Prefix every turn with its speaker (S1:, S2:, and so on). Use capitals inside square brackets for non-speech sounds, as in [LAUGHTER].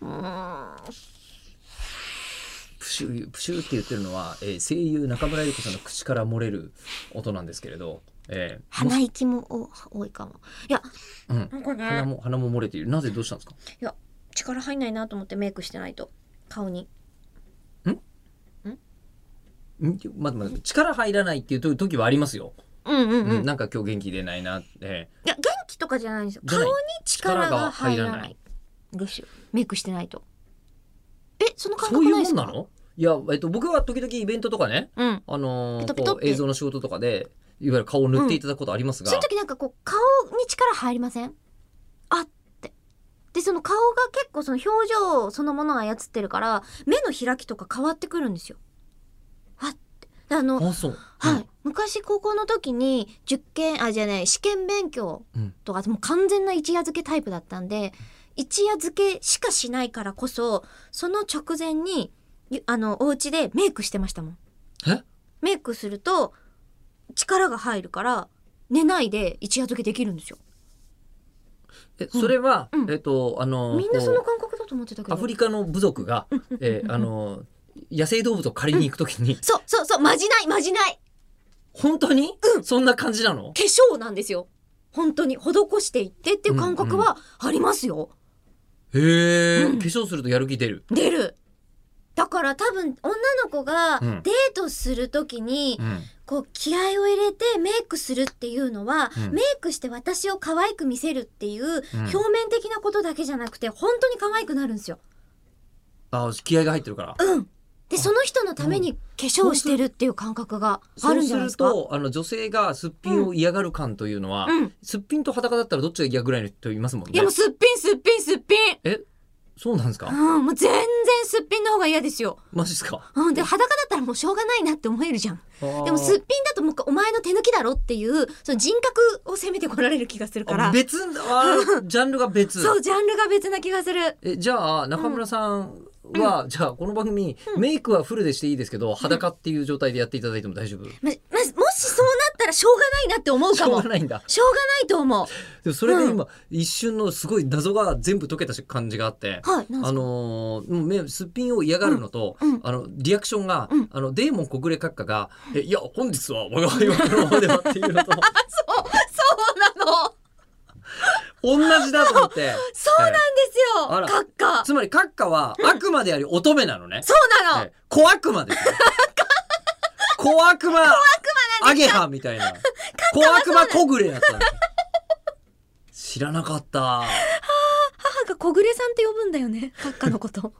S1: うーん
S2: プシュープシューって言ってるのは、えー声優中村ゆり子さんの口から漏れる音なんですけれど、えーも
S1: 鼻息もお多いかもいや
S2: うん、
S1: なんか
S2: 鼻
S1: ね
S2: も鼻も漏れているなぜどうしたんですか
S1: いや力入んないなと思ってメイクしてないと顔に
S2: んまあ、まあ力入らないっていう時はありますよ、
S1: うんうんうん、
S2: うんなんか今日元気出ないな、え
S1: いや元気とかじゃないんですよ
S2: じゃ
S1: 顔
S2: ない
S1: に力が入ら
S2: 力が入ら
S1: な
S2: ない
S1: ですよメイクしてないとえその
S2: ー
S1: 感
S2: そ
S1: 覚
S2: ういう
S1: ないで
S2: も
S1: す
S2: ん
S1: か
S2: なのいや、えっと、僕は時々イベントとかね、
S1: うん
S2: あのー
S1: ピトピト
S2: こ
S1: っ
S2: う
S1: て
S2: 映像の仕事とかでいわゆる顔を塗っていただくことありますが、
S1: その時なんかこう顔に力入りませんあってでその顔が結構その表情そのものを操ってるから目の開きとか変わってくるんですよあってであの
S2: あそう、
S1: はい、昔高校の時に受験あじゃない試験勉強
S2: うん
S1: とか、もう完全な一夜漬けタイプだったんで一夜漬けしかしないからこそその直前にゆあのお家でメイクしてましたもん
S2: え
S1: メイクすると力が入るから寝ないで一夜漬けできるんですよ
S2: えそれは、
S1: うん
S2: えっとあのー
S1: みんなそ
S2: こ
S1: の
S2: う
S1: 感覚だと思ってたけど
S2: アフリカの部族が、えーあのー野生動物を借りに行くときに、
S1: そうそうそうまじないまじない
S2: 本当に、そんな感じな
S1: 化
S2: の
S1: 粧なんですよ本当に施していってっていう感覚はありますよ、
S2: へえ、
S1: うん
S2: 化粧するとやる気出る。
S1: 出るだから多分女の子がデ
S2: う
S1: ー
S2: ん
S1: トする時に、
S2: うん、
S1: こう気合を入れてメイクするっていうのは、
S2: うん
S1: メイクして私を可愛く見せるっていう表面的なことだけじゃなくて本当に可愛くなるんですよ。
S2: あ気合が入ってるから。
S1: でその人のために化粧をしてるっていう感覚があ
S2: そう
S1: るんじ
S2: す
S1: ゃないで
S2: る
S1: すか。
S2: とあの女性がすっぴんを嫌がる感というのは、
S1: うん、
S2: すっぴんと裸だったらどっちが嫌ぐらいの人いますもん
S1: い
S2: ね
S1: やも。うすっぴんすっぴんすっぴん。
S2: そうなんですか、
S1: うん、もう全然すっぴんの方が嫌ですよ。
S2: マジですか
S1: うん、で裸だったらもうしょうがないなって思えるじゃん。
S2: で
S1: でもすっぴんだともうお前の手抜きだろっていうその人格を責めてこられる気がするから
S2: 別あージャンルが別。
S1: そうジャンルが別な気がする
S2: えじゃあ中村さんは、じゃあこの番組、メイクはフルでしていいですけど裸っていう状態でやっていただいても大丈夫、
S1: ままもしそうなったらしょうがないなって思う
S2: し
S1: か
S2: ょ
S1: も
S2: うがないんだ。
S1: しょうがないと思う
S2: でもそれで今、一瞬のすごい謎が全部解けた感じがあって。
S1: はいなん
S2: あ
S1: すか
S2: のーもう目すっぴんを嫌がるのと、
S1: うんうん
S2: あのリアクションが、
S1: うん
S2: あのデーモン小暮閣下が「えいや本日は我が輩はこのままでは」ってい
S1: [LAUGHS]
S2: うのと
S1: そうそうなの
S2: 同じだと思って
S1: そうなんで
S2: あら
S1: すよ閣下
S2: つまり閣下は悪魔であり乙女なのね、
S1: そうなの、
S2: え小悪
S1: [LAUGHS]
S2: 魔ですよ小悪魔アゲハみた
S1: [LAUGHS]
S2: いな小悪魔小暮だったんです知らなかった
S1: 母が小暮さんって呼ぶんだよね閣下のこと